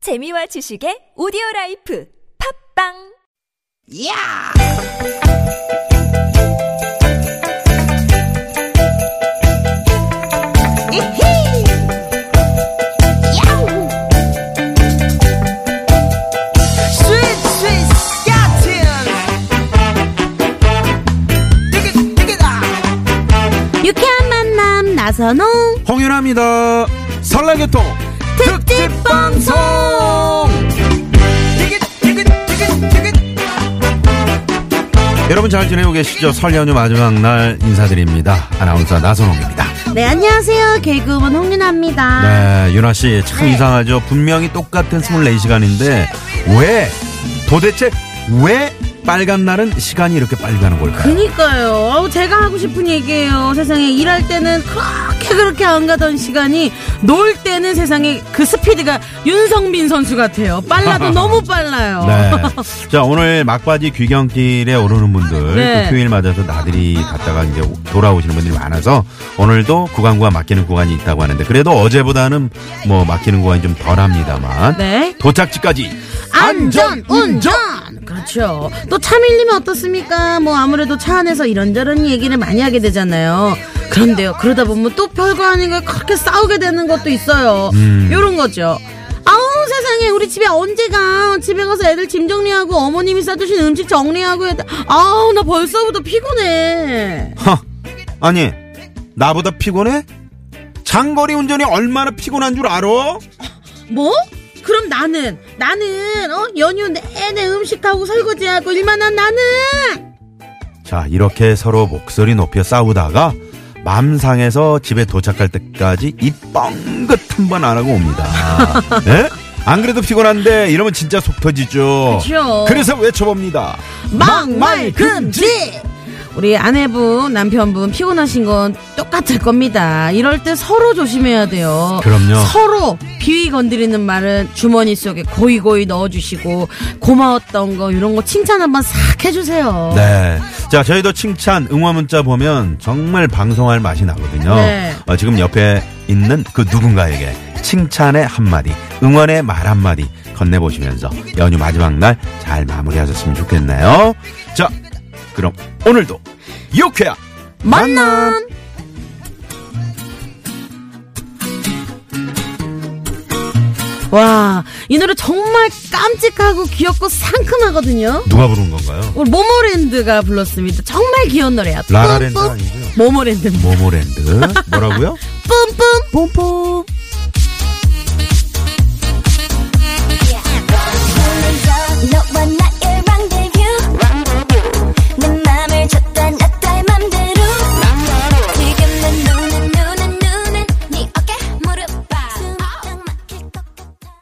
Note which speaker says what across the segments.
Speaker 1: 재미와 지식의 오디오 라이프 팝빵
Speaker 2: 야! 이히! 야우! 스윗 스윗 스캇틴! 디귿 디귿아!
Speaker 3: 유쾌한 만남 나선홍
Speaker 4: 홍윤아입니다. 설날교통 특집 방송.
Speaker 2: 디귿 디귿 디귿 디귿
Speaker 4: 여러분 잘 지내고 계시죠? 설 연휴 마지막 날 인사드립니다. 아나운서 나선홍입니다.
Speaker 3: 네 안녕하세요 개그우먼 홍윤아입니다
Speaker 4: 네, 윤아 씨, 참 이상하죠? 분명히 똑같은 24시간인데 왜 도대체 왜 빨간 날은 시간이 이렇게 빨리 가는 걸까요?
Speaker 3: 그니까요 어우, 제가 하고 싶은 얘기예요 세상에 일할 때는 그렇게 그렇게 안 가던 시간이 놀 때는 세상에 그 스피드가 윤성빈 선수 같아요 빨라도 너무 빨라요
Speaker 4: 네. 자, 오늘 막바지 귀경길에 오르는 분들,
Speaker 3: 네.
Speaker 4: 그 휴일 맞아서 나들이 갔다가 이제 오- 돌아오시는 분들이 많아서 오늘도 구간과 막히는 구간이 있다고 하는데 그래도 어제보다는 뭐 막히는 구간이 좀 덜합니다만
Speaker 3: 네.
Speaker 4: 도착지까지
Speaker 3: 안전 운전 그렇죠 또 차 밀리면 어떻습니까 뭐 아무래도 차 안에서 이런저런 얘기를 많이 하게 되잖아요 그런데요 그러다 보면 또 별거 아닌 걸 그렇게 싸우게 되는 것도 있어요 요런 거죠 아우 세상에 우리 집에 언제 가 집에 가서 애들 짐 정리하고 어머님이 싸주신 음식 정리하고 해야 돼. 아우 나 벌써부터 피곤해
Speaker 4: 허, 아니 나보다 피곤해? 장거리 운전이 얼마나 피곤한 줄 알아?
Speaker 3: 뭐? 그럼 나는 나는 어 연휴 내내 음식하고 설거지하고 일만 한 나는
Speaker 4: 자 이렇게 서로 목소리 높여 싸우다가 맘 상해서 집에 도착할 때까지 이 뻥긋 한 번 안 하고 옵니다. 네? 안 그래도 피곤한데 이러면 진짜 속 터지죠.
Speaker 3: 그쵸.
Speaker 4: 래서 외쳐봅니다.
Speaker 3: 막말 금지! 우리 아내분, 남편분 피곤하신 건 똑같을 겁니다. 이럴 때 서로 조심해야 돼요.
Speaker 4: 그럼요.
Speaker 3: 서로 비위 건드리는 말은 주머니 속에 고이고이 넣어주시고 고마웠던 거 이런 거 칭찬 한번 싹 해주세요.
Speaker 4: 네. 자, 저희도 칭찬, 응원 문자 보면 정말 방송할 맛이 나거든요.
Speaker 3: 네.
Speaker 4: 어, 지금 옆에 있는 그 누군가에게 칭찬의 한마디, 응원의 말 한마디 건네보시면서 연휴 마지막 날 잘 마무리하셨으면 좋겠네요. 자, 그럼 오늘도 유쾌야
Speaker 3: 만남! 와, 이 노래 정말 깜찍하고 귀엽고 상큼하거든요.
Speaker 4: 누가 부른 건가요?
Speaker 3: 오늘 모모랜드가 불렀습니다. 정말 귀여운 노래야.
Speaker 4: 라라랜드
Speaker 3: 뿜뿜.
Speaker 4: 아니고요.
Speaker 3: 모모랜드.
Speaker 4: 모모랜드 뭐라고요?
Speaker 3: 뿜뿜. 뿜뿜.
Speaker 5: 너와 나의 랑데뷰 내 맘을 줬다 놨다 맘대로 지금 내 눈에 눈에 눈에 네 어깨 무릎봐 숨이 딱 막힐 것 같아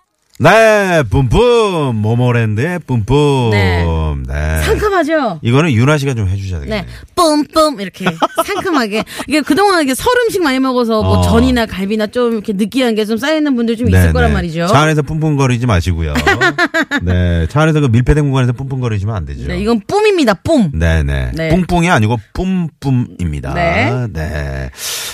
Speaker 4: 네, 뿜뿜 모모랜드의 뿜뿜.
Speaker 3: 네.
Speaker 4: 네.
Speaker 3: 상큼하죠?
Speaker 4: 이거는 윤아 씨가 좀 해주셔야 되겠네요.
Speaker 3: 네. 뿜뿜. 이렇게 상큼하게. 이게 그동안 이렇게 설 음식 많이 먹어서 뭐
Speaker 4: 어.
Speaker 3: 전이나 갈비나 좀 이렇게 느끼한 게 좀 쌓이는 분들 좀
Speaker 4: 네,
Speaker 3: 있을 거란
Speaker 4: 네.
Speaker 3: 말이죠.
Speaker 4: 차 안에서 뿜뿜거리지 마시고요. 네, 차 안에서 그 밀폐된 공간에서 뿜뿜거리시면 안 되죠.
Speaker 3: 네, 이건 뿜입니다. 뿜.
Speaker 4: 네네.
Speaker 3: 네.
Speaker 4: 뿡뿡이 아니고 뿜뿜입니다.
Speaker 3: 네.
Speaker 4: 네.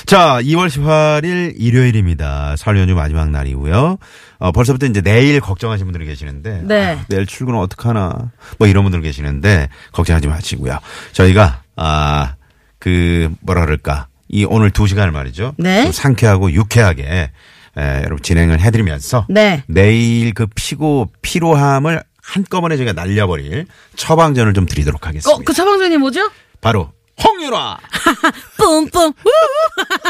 Speaker 4: 자, 2월 18일 일요일입니다. 설 연휴 마지막 날이고요. 어, 벌써부터 이제 내일 걱정하시는 분들이 계시는데.
Speaker 3: 네.
Speaker 4: 아, 내일 출근은 어떡하나. 뭐 이런 분들 계시는데 걱정하지 마시고요. 저희가, 아, 그, 뭐라 그럴까. 이 오늘 두 시간을 말이죠.
Speaker 3: 네.
Speaker 4: 좀 상쾌하고 유쾌하게 에, 여러분 진행을 해드리면서
Speaker 3: 네.
Speaker 4: 내일 그 피고 피로함을 한꺼번에 제가 날려버릴 처방전을 좀 드리도록 하겠습니다.
Speaker 3: 어, 그 처방전이 뭐죠?
Speaker 4: 바로 홍유라.
Speaker 3: 뿜뿜.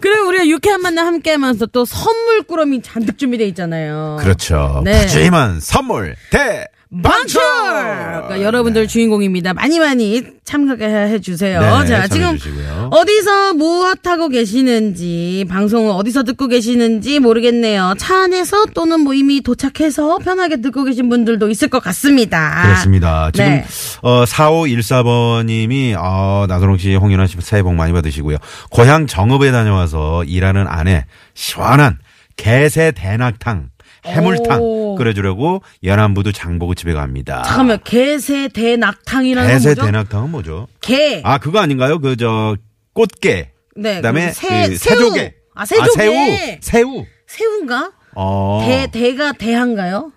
Speaker 3: 그리고 우리가 유쾌한 만남 함께 하면서 또 선물 꾸러미 잔뜩 준비돼 있잖아요.
Speaker 4: 그렇죠.
Speaker 3: 네.
Speaker 4: 푸짐한 선물 대방출.
Speaker 3: 방출! 그러니까 여러분들 주인공입니다. 많이 많이 참가해 주세요.
Speaker 4: 네,
Speaker 3: 자, 지금
Speaker 4: 참여해주시고요.
Speaker 3: 어디서 무엇 하고 계시는지, 방송을 어디서 듣고 계시는지 모르겠네요. 차 안에서 또는 뭐 이미 도착해서 편하게 듣고 계신 분들도 있을 것 같습니다.
Speaker 4: 그렇습니다. 지금
Speaker 3: 아, 네.
Speaker 4: 어 4514번님이 어 나선홍 씨, 홍윤아 씨 새해 복 많이 받으시고요. 고향 정읍에 다녀와서 일하는 아내 시원한 개새 대낙탕 해물탕
Speaker 3: 오.
Speaker 4: 끓여주려고 연안부두 장보고 집에 갑니다.
Speaker 3: 잠깐만, 개새 대낙탕이라는 건
Speaker 4: 개새
Speaker 3: 뭐죠?
Speaker 4: 대낙탕은 뭐죠?
Speaker 3: 개.
Speaker 4: 아 그거 아닌가요? 그 저 꽃게.
Speaker 3: 네,
Speaker 4: 그다음에
Speaker 3: 새-
Speaker 4: 그
Speaker 3: 새우.
Speaker 4: 새조개.
Speaker 3: 아, 새조개.
Speaker 4: 새우. 새우.
Speaker 3: 새우인가?
Speaker 4: 어.
Speaker 3: 대 대가 대한가요?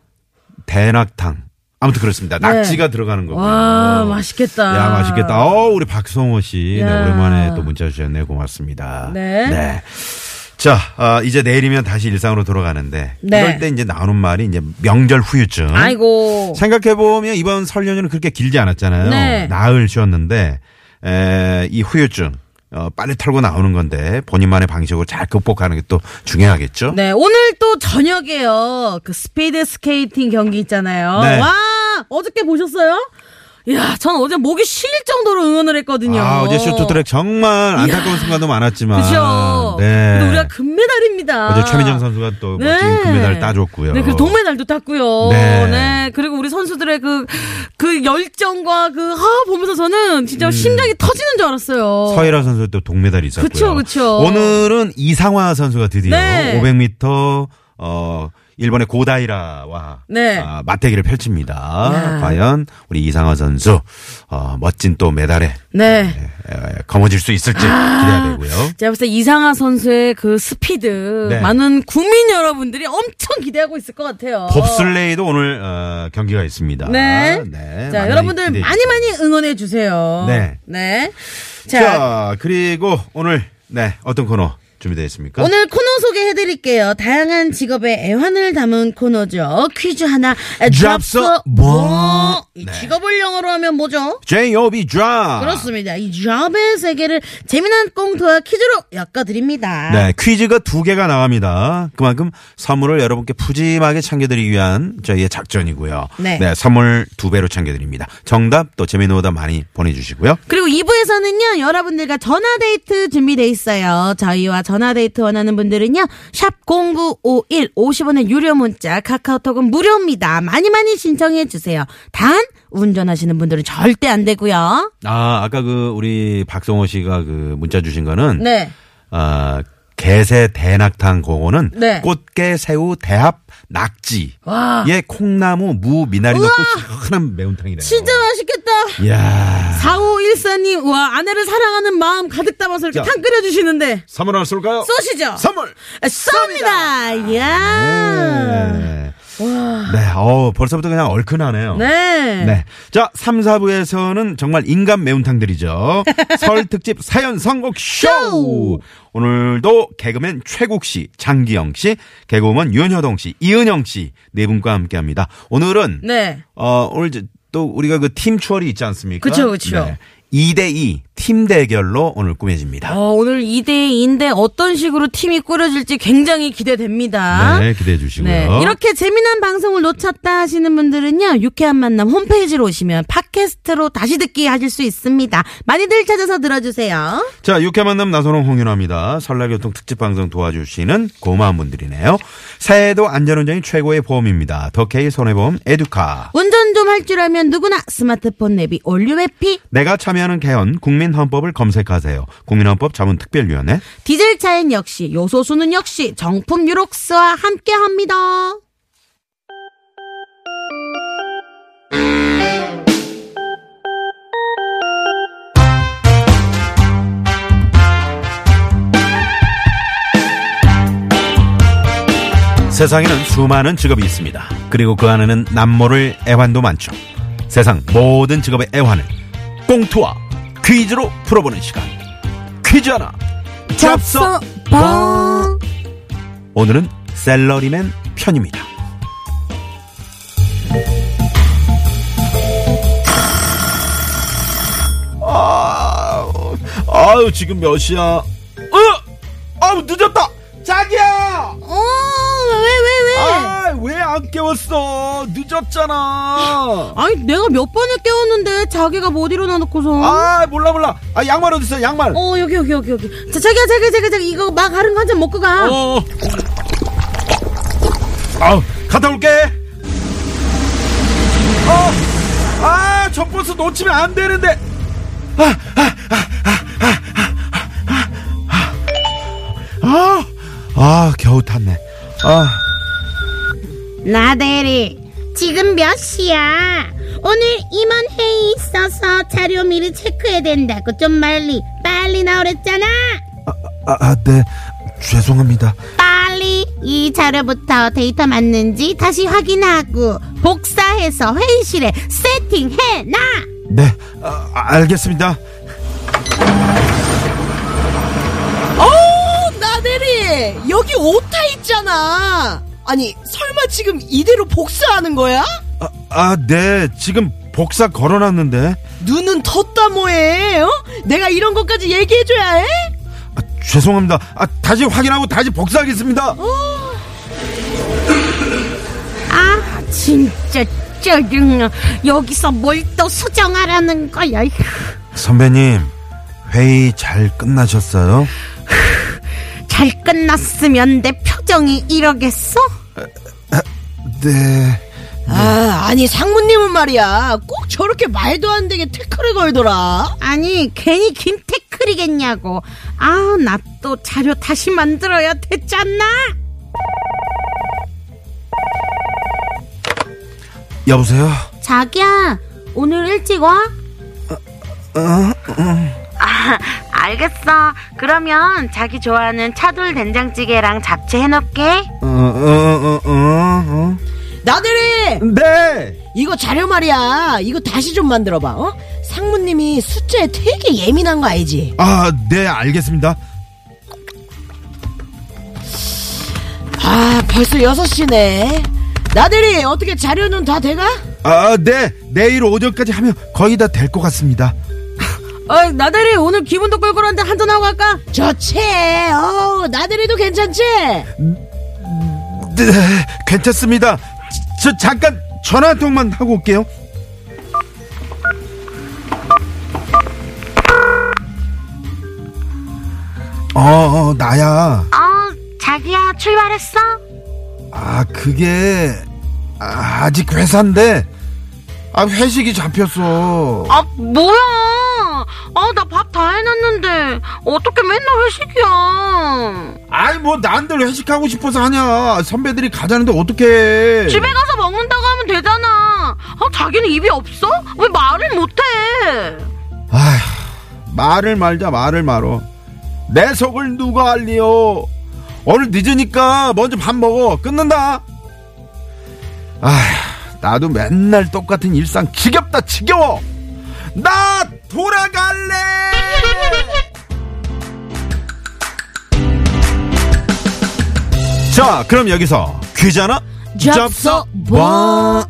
Speaker 4: 대낙탕. 아무튼 그렇습니다.
Speaker 3: 네.
Speaker 4: 낙지가 들어가는 거고요.
Speaker 3: 와 맛있겠다.
Speaker 4: 야, 맛있겠다. 어, 우리 박성호 씨. 네,
Speaker 3: 야.
Speaker 4: 오랜만에 또 문자 주셨네요. 고맙습니다.
Speaker 3: 네.
Speaker 4: 자, 아, 이제 내일이면 다시 일상으로 돌아가는데.
Speaker 3: 네.
Speaker 4: 그럴 때 이제 나오는 말이 이제 명절 후유증.
Speaker 3: 아이고.
Speaker 4: 생각해보면 이번 설 연휴는 그렇게 길지 않았잖아요.
Speaker 3: 어. 네.
Speaker 4: 나흘 쉬었는데, 에, 이 후유증. 어, 빨리 털고 나오는 건데 본인만의 방식으로 잘 극복하는 게 또 중요하겠죠.
Speaker 3: 네 오늘 또 저녁에요. 그 스피드 스케이팅 경기 있잖아요.
Speaker 4: 네.
Speaker 3: 와 어저께 보셨어요? 이야 전 어제 목이 쉴 정도로 응원을 했거든요.
Speaker 4: 아, 어제 쇼트트랙 정말 안타까운 순간도 많았지만.
Speaker 3: 그죠.
Speaker 4: 네.
Speaker 3: 근데 우리가 금메달입니다.
Speaker 4: 어제 최민정 선수가 또 멋진 금메달 따줬고요.
Speaker 3: 네, 그리고 동메달도 땄고요.
Speaker 4: 네.
Speaker 3: 네. 그리고 우리 선수들의 그, 그 열정과 그, 하, 보면서 저는 진짜 심장이 터지는 줄 알았어요.
Speaker 4: 음. 서일아 선수 또 동메달이 있었고요.
Speaker 3: 그쵸, 그쵸.
Speaker 4: 오늘은 이상화 선수가 드디어
Speaker 3: 네.
Speaker 4: 500m 어 일본의 고다이라와
Speaker 3: 네.
Speaker 4: 아, 맞대결을 펼칩니다.
Speaker 3: 야.
Speaker 4: 과연 우리 이상화 선수 어, 멋진 또 메달에
Speaker 3: 네.
Speaker 4: 에, 거머쥘 수 있을지
Speaker 3: 아.
Speaker 4: 기대해야 되고요.
Speaker 3: 제가 봤을 때 이상하 선수의 그 스피드.
Speaker 4: 네.
Speaker 3: 많은 국민 여러분들이 엄청 기대하고 있을 것 같아요.
Speaker 4: 봅슬레이도 오늘 어, 경기가 있습니다.
Speaker 3: 어. 네.
Speaker 4: 네,
Speaker 3: 자,
Speaker 4: 많이
Speaker 3: 여러분들
Speaker 4: 기대해
Speaker 3: 많이 많이 응원해주세요.
Speaker 4: 네.
Speaker 3: 네.
Speaker 4: 자,
Speaker 3: 자,
Speaker 4: 그리고 오늘 네 어떤 코너 준비되어 있습니까?
Speaker 3: 오늘 코너 소개해드릴게요. 다양한 직업의 애환을 담은 코너죠. 퀴즈 하나
Speaker 4: 잡서
Speaker 3: 잡서
Speaker 4: 뭐?
Speaker 3: 뭐? 이
Speaker 4: 네. 아.
Speaker 3: 직업을 영어로 하면 뭐죠?
Speaker 4: J.O.B. 드라.
Speaker 3: 그렇습니다. 이 잡의 세계를 재미난 꽁트와 퀴즈로 엮어드립니다.
Speaker 4: 네, 퀴즈가 두 개가 나갑니다. 그만큼 선물을 여러분께 푸짐하게 챙겨드리기 위한 저희의 작전이고요.
Speaker 3: 네.
Speaker 4: 선물 두 배로 챙겨드립니다. 정답 또 재미있는 오답 많이 보내주시고요.
Speaker 3: 그리고 2부에서는요, 여러분들과 전화데이트 준비돼 있어요. 저희와 전화데이트 원하는 분들은요, 샵0951 50원의 유료 문자, 카카오톡은 무료입니다. 많이 많이 신청해주세요. 단, 운전하시는 분들은 절대 안 되고요.
Speaker 4: 아, 아까 그 우리 박성호 씨가 그 문자 주신 거는
Speaker 3: 네.
Speaker 4: 아, 개새 대낙탕 그거는
Speaker 3: 네.
Speaker 4: 꽃게 새우 대합 낙지. 예, 콩나무 무 미나리 넣고 시원한 매운탕이래요.
Speaker 3: 진짜 맛있겠다.
Speaker 4: 이야.
Speaker 3: 4514님, 와, 아내를 사랑하는 마음 가득 담아서 이렇게
Speaker 4: 자.
Speaker 3: 탕 끓여주시는데,
Speaker 4: 선물 하나 쏠까요?
Speaker 3: 쏘시죠?
Speaker 4: 선물.
Speaker 3: 쏩니다! 이야!
Speaker 4: 네. 네, 어 벌써부터 그냥 얼큰하네요.
Speaker 3: 네.
Speaker 4: 네. 자, 3, 4부에서는 정말 인간 매운탕들이죠. 설 특집 사연 선곡 쇼!
Speaker 3: 쇼!
Speaker 4: 오늘도 개그맨 최국 씨, 장기영 씨, 개그우먼 윤효동 씨, 이은영 씨, 네 분과 함께 합니다. 오늘은,
Speaker 3: 네.
Speaker 4: 어, 오늘 이제 또 우리가 그 팀 추월이 있지 않습니까? 네.
Speaker 3: 그쵸, 그쵸.
Speaker 4: 2대2 팀 대결로 오늘 꾸며집니다.
Speaker 3: 어, 오늘 2대2인데 어떤 식으로 팀이 꾸려질지 굉장히 기대됩니다.
Speaker 4: 네, 기대해 주시고요.
Speaker 3: 네, 이렇게 재미난 방송을 놓쳤다 하시는 분들은요, 유쾌한 만남 홈페이지로 오시면 팟캐스트로 다시 듣기 하실 수 있습니다. 많이들 찾아서 들어주세요.
Speaker 4: 자, 육회 만남 나선홍 홍윤아입니다. 설날 교통 특집 방송 도와주시는 고마운 분들이네요. 새해에도 안전운전이 최고의 보험입니다. 더케이 손해보험 에듀카.
Speaker 3: 운전 좀 할 줄 알면 누구나 스마트폰 내비 올류회피
Speaker 4: 내가 참여하는 개헌 국민헌법을 검색하세요. 국민헌법 자문특별위원회.
Speaker 3: 디젤 차엔 역시 요소수는 역시 정품 유록스와 함께합니다.
Speaker 4: 세상에는 수많은 직업이 있습니다. 그리고 그 안에는 남모를 애환도 많죠. 세상 모든 직업의 애환을 꽁투와 퀴즈로 풀어보는 시간. 퀴즈 하나. 잡서
Speaker 3: 뻥.
Speaker 4: 오늘은 셀러리맨 편입니다. 아, 아유 지금 몇 시야? 어, 아우 늦었다. 자기야,
Speaker 3: 어, 왜, 왜, 왜?
Speaker 4: 아왜 안 깨웠어? 늦었잖아.
Speaker 3: 아니 내가 몇 번을 깨웠는데 자기가 못 일어나 놓고서
Speaker 4: 아 몰라 몰라. 아 양말 어디 있어? 양말.
Speaker 3: 어 여기 여기 여기 여기 자 자기야 자기야 자기야 자기 이거 막 가른 거 한 잔 먹고 가
Speaker 4: 어. 아우, 갔다 올게. 어, 아, 저 버스 놓치면 안 되는데. 아, 아, 아, 아, 아, 아, 아, 아, 아, 아, 겨우 탔네. 아,
Speaker 6: 나대리 지금 몇 시야? 오늘 임원 회의 있어서 자료 미리 체크해야 된다고 좀 빨리 빨리 나오랬잖아
Speaker 4: 아, 아, 네, 죄송합니다.
Speaker 6: 빨리 이 자료부터 데이터 맞는지 다시 확인하고 복사해서 회의실에 세팅해놔.
Speaker 4: 네, 아, 알겠습니다.
Speaker 7: 어, 나대리 여기 오타 있잖아. 아니 설마 지금 이대로 복사하는 거야?
Speaker 4: 아, 아, 네, 지금 복사 걸어놨는데.
Speaker 7: 눈은 텄다 뭐해? 어? 내가 이런 것까지 얘기해줘야 해?
Speaker 4: 아, 죄송합니다. 아, 다시 확인하고 다시 복사하겠습니다.
Speaker 6: 아, 진짜 짜증나. 여기서 뭘 또 수정하라는 거야.
Speaker 4: 선배님, 회의 잘 끝나셨어요?
Speaker 6: 잘 끝났으면 내 표정이 이러겠어?
Speaker 4: 네.
Speaker 7: 아 아니 상무님은 말이야 꼭 저렇게 말도 안 되게 태클을 걸더라.
Speaker 6: 아니, 괜히 김태클이겠냐고. 아, 나 또 자료 다시 만들어야 됐잖아.
Speaker 4: 여보세요?
Speaker 6: 자기야, 오늘 일찍 와? 아, 알겠어. 그러면 자기 좋아하는 차돌 된장찌개랑 잡채 해놓게.
Speaker 4: 어, 어, 어, 어, 어.
Speaker 7: 나대리
Speaker 4: 네!
Speaker 7: 이거 자료 말이야 이거 다시 좀 만들어봐. 어? 상무님이 숫자에 되게 예민한 거 알지?
Speaker 4: 아, 네, 알겠습니다.
Speaker 7: 아 벌써 6시네. 나대리 어떻게 자료는 다 돼가?
Speaker 4: 아, 네, 내일 오전까지 하면 거의 다 될 것 같습니다.
Speaker 3: 어, 나대리 오늘 기분도 꿀꿀한데 한잔하고 갈까?
Speaker 7: 좋지. 어 나대리도 괜찮지?
Speaker 4: 네, 괜찮습니다. 저, 저 잠깐 전화 한 통만 하고 올게요. 어, 어, 나야.
Speaker 6: 어, 자기야, 출발했어?
Speaker 4: 아, 그게 아, 아직 회사인데 아, 회식이 잡혔어.
Speaker 6: 아, 뭐야. 아, 나 밥 다 해놨는데. 어떻게 맨날 회식이야.
Speaker 4: 아이 뭐 난들 회식하고 싶어서 하냐. 선배들이 가자는데 어떡해.
Speaker 6: 집에 가서 먹는다고 하면 되잖아. 아, 자기는 입이 없어? 왜 말을 못해?
Speaker 4: 아휴, 말을 말자 말을 말어. 내 속을 누가 알리요. 오늘 늦으니까 먼저 밥 먹어. 끊는다. 아, 나도 맨날 똑같은 일상 지겹다 지겨워. 나 돌아갈래. 자, 그럼 여기서 귀잖아.
Speaker 7: 잡서
Speaker 4: 뭐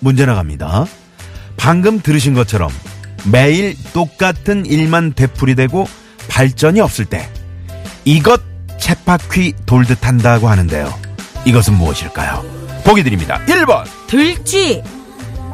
Speaker 4: 문제 나갑니다. 방금 들으신 것처럼 매일 똑같은 일만 되풀이되고 발전이 없을 때 이것 채바퀴 돌듯 한다고 하는데요. 이것은 무엇일까요? 보기 드립니다. 1번,
Speaker 3: 들지,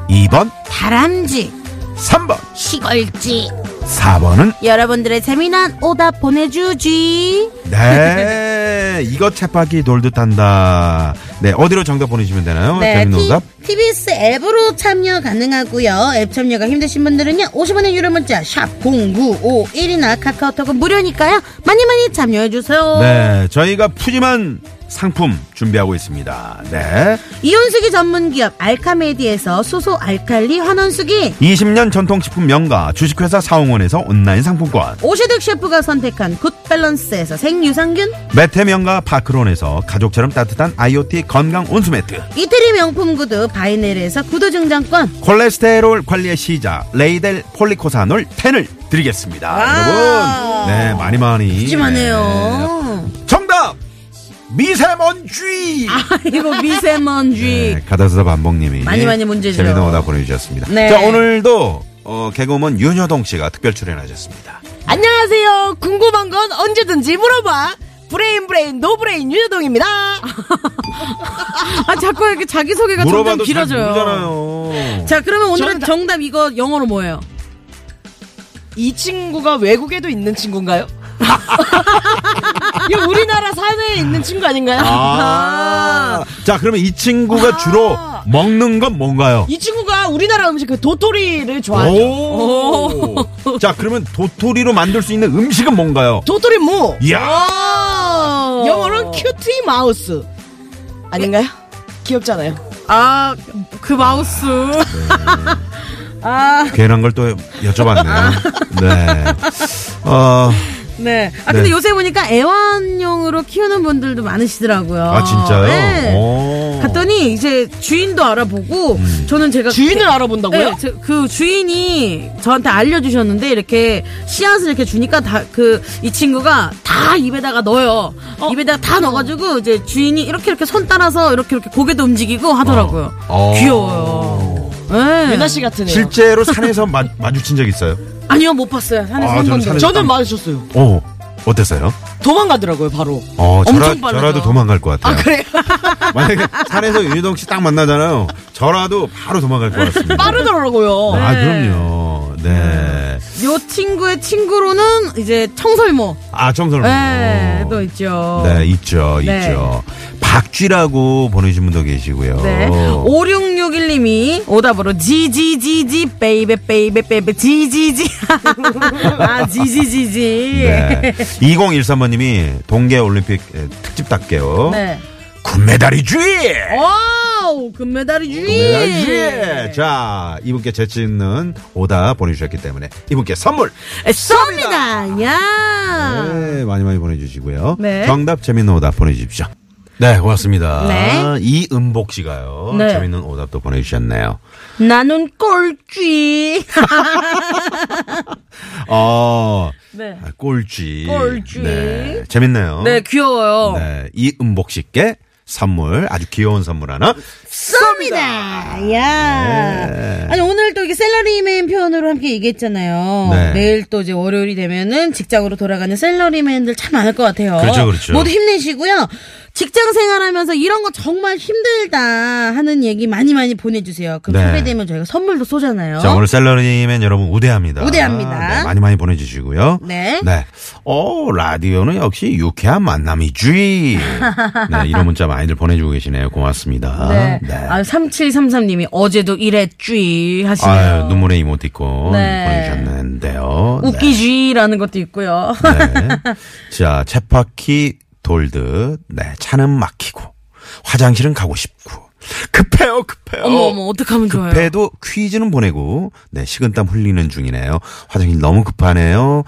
Speaker 4: 2번,
Speaker 3: 다람쥐,
Speaker 4: 3번,
Speaker 3: 시골쥐.
Speaker 4: 4번은
Speaker 3: 여러분들의 재미난 오답 보내주지.
Speaker 4: 네, 이것 채바퀴 돌듯 한다. 네, 어디로 정답 보내주시면 되나요?
Speaker 3: 네,
Speaker 4: 재밌는 오답.
Speaker 3: TBS 앱으로 참여 가능하고요. 앱 참여가 힘드신 분들은요. 50원의 유료 문자 샵 0951이나 카카오톡은 무료니까요. 많이 많이 참여해 주세요.
Speaker 4: 네, 저희가 푸짐한 상품 준비하고 있습니다. 네.
Speaker 3: 이온수기 전문 기업 알카메디에서 소소 알칼리 환원수기
Speaker 4: 20년 전통식품 명가 주식회사 사홍원에서 온라인 상품권
Speaker 3: 오시득 셰프가 선택한 굿밸런스에서 생유산균
Speaker 4: 매트 명가 파크론에서 가족처럼 따뜻한 IoT 건강 온수매트
Speaker 3: 이태리 명품 구두 바이네르에서 구두
Speaker 4: 예.
Speaker 3: 증정권
Speaker 4: 콜레스테롤 관리의 시작 레이델 폴리코사놀 10을 드리겠습니다 여러분 네 많이 많이
Speaker 3: 찜하네요
Speaker 4: 네. 정답 미세먼지
Speaker 3: 이거 미세먼지
Speaker 4: 네, 가다스다 반복님이
Speaker 3: 아, 많이 많이 문제죠.
Speaker 4: 재밌는 오답 보내주셨습니다
Speaker 3: 네.
Speaker 4: 자 오늘도 어, 개그우먼 윤여동 씨가 특별 출연하셨습니다
Speaker 7: 안녕하세요. 궁금한 건 언제든지 물어봐. 브레인 브레인 노브레인 윤여동입니다.
Speaker 3: 아 자꾸 이렇게 자기소개가 점점
Speaker 4: 물어봐도 잘
Speaker 3: 길어져요
Speaker 4: 모르잖아요
Speaker 3: 자 그러면 오늘은
Speaker 7: 정답.
Speaker 3: 정답 이거 영어로 뭐예요?
Speaker 7: 이 친구가 외국에도 있는 친구인가요? 이 우리나라 사내에 있는 친구 아닌가요?
Speaker 4: 아. 자, 그러면 이 친구가
Speaker 3: 아.
Speaker 4: 주로 먹는 건 뭔가요?
Speaker 7: 이 친구가 우리나라 음식 그 도토리를 좋아하죠.
Speaker 4: 오. 자, 그러면 도토리로 만들 수 있는 음식은 뭔가요?
Speaker 7: 도토리 무.
Speaker 4: 이야.
Speaker 7: 영어로는 큐티 마우스. 아닌가요? 귀엽잖아요.
Speaker 3: 아 그 마우스
Speaker 4: 괜한 걸 또 여쭤봤네요. 네. 어,
Speaker 3: 네. 아 근데
Speaker 4: 네.
Speaker 3: 요새 보니까 애완용으로 키우는 분들도 많으시더라고요.
Speaker 4: 아, 진짜요?
Speaker 3: 네.
Speaker 4: 오.
Speaker 3: 갔더니 이제 주인도 알아보고
Speaker 4: 음.
Speaker 3: 저는 제가
Speaker 7: 주인을 알아본다고요?
Speaker 3: 네, 저- 그 주인이 저한테 알려주셨는데 이렇게 씨앗을 이렇게 주니까 다 그 이 친구가 다 입에다가 넣어요. 입에다가 다 넣어가지고 이제 주인이 이렇게 이렇게 손 따라서 이렇게 이렇게 고개도 움직이고 하더라고요.
Speaker 4: 어.
Speaker 3: 귀여워요. 네.
Speaker 7: 유나 씨 같은 애.
Speaker 4: 실제로 산에서 마, 마주친 적 있어요?
Speaker 3: 아니요 못 봤어요. 산에서
Speaker 4: 아,
Speaker 3: 한
Speaker 4: 저는
Speaker 3: 번도.
Speaker 4: 산에서
Speaker 7: 저는 맞으셨어요.
Speaker 4: 어, 어땠어요?
Speaker 7: 도망가더라고요, 바로.
Speaker 4: 어, 저라,
Speaker 7: 엄청 빨라요.
Speaker 4: 저라도 도망갈 것
Speaker 7: 아,
Speaker 4: 같아요.
Speaker 7: 그래요?
Speaker 4: 만약에 산에서 윤희동 씨 딱 만나잖아요. 저라도 바로 도망갈 것 같습니다.
Speaker 7: 빠르더라고요.
Speaker 4: 아,
Speaker 3: 네.
Speaker 4: 그럼요. 네.
Speaker 3: 요 친구의 친구로는 이제 청설모.
Speaker 4: 아, 정설모.
Speaker 3: 네, 또 있죠.
Speaker 4: 어. 네, 있죠,
Speaker 3: 네.
Speaker 4: 있죠. 박쥐라고 보내주신 분도 계시고요.
Speaker 3: 네.
Speaker 4: 어.
Speaker 3: 5661님이 오답으로 지지지지 베이베 베이베 베이베 지지지 아 지지지지
Speaker 4: 네. 2013번님이 동계올림픽 에, 특집답게요.
Speaker 3: 네.
Speaker 4: 금메달이지!
Speaker 3: 와우 금메달이지
Speaker 4: 금메달이지! 자, 이분께 재치 있는 오답 보내주셨기 때문에 이분께 선물!
Speaker 3: 쏩니다 야
Speaker 4: 네, 많이 많이 보내주시고요.
Speaker 3: 네.
Speaker 4: 정답 재밌는 오답 보내주십시오. 네, 고맙습니다.
Speaker 3: 네.
Speaker 4: 이은복 씨가요.
Speaker 3: 네.
Speaker 4: 재밌는 오답도 보내주셨네요.
Speaker 3: 나는 꼴쥐
Speaker 4: 어,
Speaker 3: 네.
Speaker 4: 아, 꼴쥐.
Speaker 3: 꼴쥐.
Speaker 4: 네, 재밌네요.
Speaker 3: 네 귀여워요
Speaker 4: 네, 이은복 씨께 선물, 아주 귀여운 선물 하나.
Speaker 3: 쏩니다. 야.
Speaker 4: 네.
Speaker 3: 아니 오늘 또 이게 셀러리맨 표현으로 함께 얘기했잖아요.
Speaker 4: 네.
Speaker 3: 내일 또 이제 월요일이 되면은 직장으로 돌아가는 셀러리맨들 참 많을 것 같아요.
Speaker 4: 그렇죠, 그렇죠.
Speaker 3: 모두 힘내시고요. 직장 생활하면서 이런 거 정말 힘들다 하는 얘기 많이 많이 보내주세요. 그럼
Speaker 4: 네.
Speaker 3: 소개되면 저희가 선물도 쏘잖아요.
Speaker 4: 자, 오늘 셀러리맨 여러분 우대합니다.
Speaker 3: 어? 우대합니다.
Speaker 4: 네, 많이 많이 보내주시고요.
Speaker 3: 네.
Speaker 4: 어, 라디오는 역시 유쾌한 만남이지. 네, 이런 문자 많이들 보내주고 계시네요. 고맙습니다.
Speaker 3: 네. 아, 3733님이 어제도 이랬쥐 하시네요.
Speaker 4: 아유, 눈물의 이모티콘
Speaker 3: 네.
Speaker 4: 보내주셨는데요. 네.
Speaker 3: 웃기쥐라는 것도 있고요.
Speaker 4: 네. 자, 채바퀴 돌듯, 네, 차는 막히고, 화장실은 가고 싶고, 급해요, 급해요.
Speaker 3: 어머 어머 어떡하면
Speaker 4: 그
Speaker 3: 좋아요.
Speaker 4: 급해도 퀴즈는 보내고, 네, 식은땀 흘리는 중이네요. 화장실 너무 급하네요.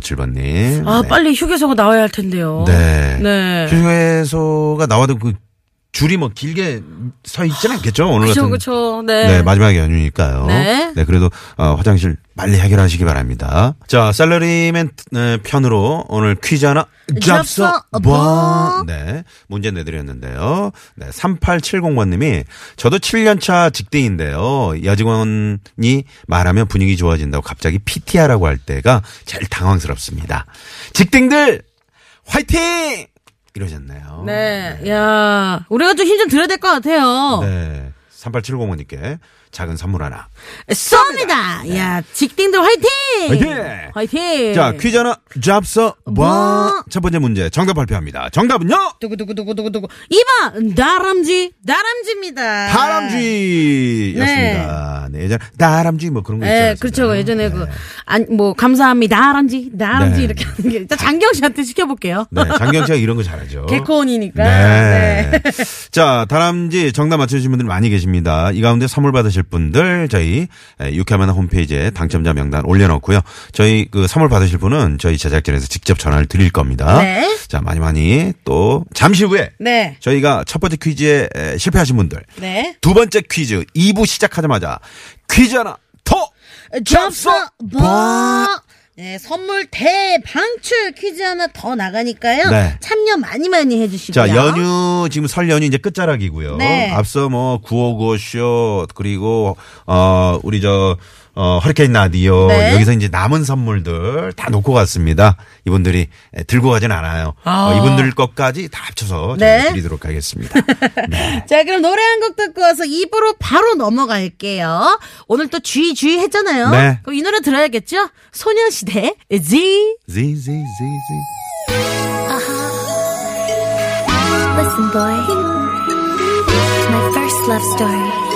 Speaker 4: 4957번님.
Speaker 3: 아 빨리 휴게소가 나와야 할 텐데요.
Speaker 4: 네.
Speaker 3: 네.
Speaker 4: 휴게소가 나와도 그 줄이 뭐 길게 서 있진 않겠죠? 오늘
Speaker 3: 그쵸
Speaker 4: 같은.
Speaker 3: 그쵸.
Speaker 4: 네, 마지막 연휴니까요.
Speaker 3: 네.
Speaker 4: 그래도 어, 화장실 빨리 해결하시기 바랍니다. 자, 셀러리맨 네, 편으로 오늘 퀴즈 하나
Speaker 3: 잡숴
Speaker 4: 잡숴
Speaker 3: 봐.
Speaker 4: 봐. 네, 문제 내드렸는데요. 네, 3870번님이 저도 7년차 직대인데요. 여직원이 말하면 분위기 좋아진다고 갑자기 PT하라고 할 때가 제일 당황스럽습니다. 직딩들 화이팅! 이러셨네요.
Speaker 3: 네, 야, 우리가 좀 힘 좀 들어야 될 것 같아요.
Speaker 4: 네. 3870번님께 작은 선물 하나.
Speaker 3: 쏩니다. 야, 직딩들 화이팅!
Speaker 4: 네. 화이팅!
Speaker 3: 화이팅!
Speaker 4: 자, 퀴즈 하나 잡서
Speaker 3: 예. 뭐?
Speaker 4: 뭐? 첫 번째 문제 정답 발표합니다. 정답은요?
Speaker 3: 두구두구두구두구두구. 2번, 다람쥐, 다람쥐입니다.
Speaker 4: 다람쥐였습니다. 네. 예전에 다람쥐 뭐 그런 거 있잖아요.
Speaker 3: 예, 그렇죠. 예전에 그, 안, 뭐, 감사합니다. 다람쥐, 다람쥐
Speaker 4: 네.
Speaker 3: 이렇게 하는 게. 일단 장경 씨한테 시켜볼게요.
Speaker 4: 네, 장경 씨가 이런 거 잘하죠.
Speaker 3: 개콘이니까.
Speaker 4: 어? 네. 자, 다람쥐 정답 맞춰주신 분들 많이 계십니다. 이 가운데 선물 받으실 분들 저희 에, 유쾌한 홈페이지에 당첨자 명단 올려놓고요. 저희 그 선물 받으실 분은 저희 제작진에서 직접 전화를 드릴 겁니다.
Speaker 3: 네.
Speaker 4: 자, 많이 많이 또 잠시 후에
Speaker 3: 네.
Speaker 4: 저희가 첫 번째 퀴즈에 에, 실패하신 분들
Speaker 3: 네.
Speaker 4: 두 번째 퀴즈 2부 시작하자마자 퀴즈 하나 더
Speaker 3: 접수 뭐 네, 선물 대방출 퀴즈 하나 더 나가니까요.
Speaker 4: 네.
Speaker 3: 참여 많이 많이 해주시고요.
Speaker 4: 자, 연휴, 지금 설 연휴 이제 끝자락이고요.
Speaker 3: 네.
Speaker 4: 앞서 뭐, 955쇼, 그리고, 어, 우리 저, 어, 허리케인 라디오.
Speaker 3: 네.
Speaker 4: 여기서 이제 남은 선물들 다 놓고 갔습니다. 이분들이 에, 들고 가진 않아요. 어, 이분들 것까지 다 합쳐서 저희가
Speaker 3: 네.
Speaker 4: 드리도록 하겠습니다.
Speaker 3: 자, 그럼 노래 한 곡 듣고 와서 입으로 바로 넘어갈게요. 오늘 또 주의 주의 했잖아요.
Speaker 4: 네.
Speaker 3: 그럼 이 노래 들어야겠죠? 소녀시대 지.
Speaker 4: 지지지지.
Speaker 5: Listen, boy. My first love story.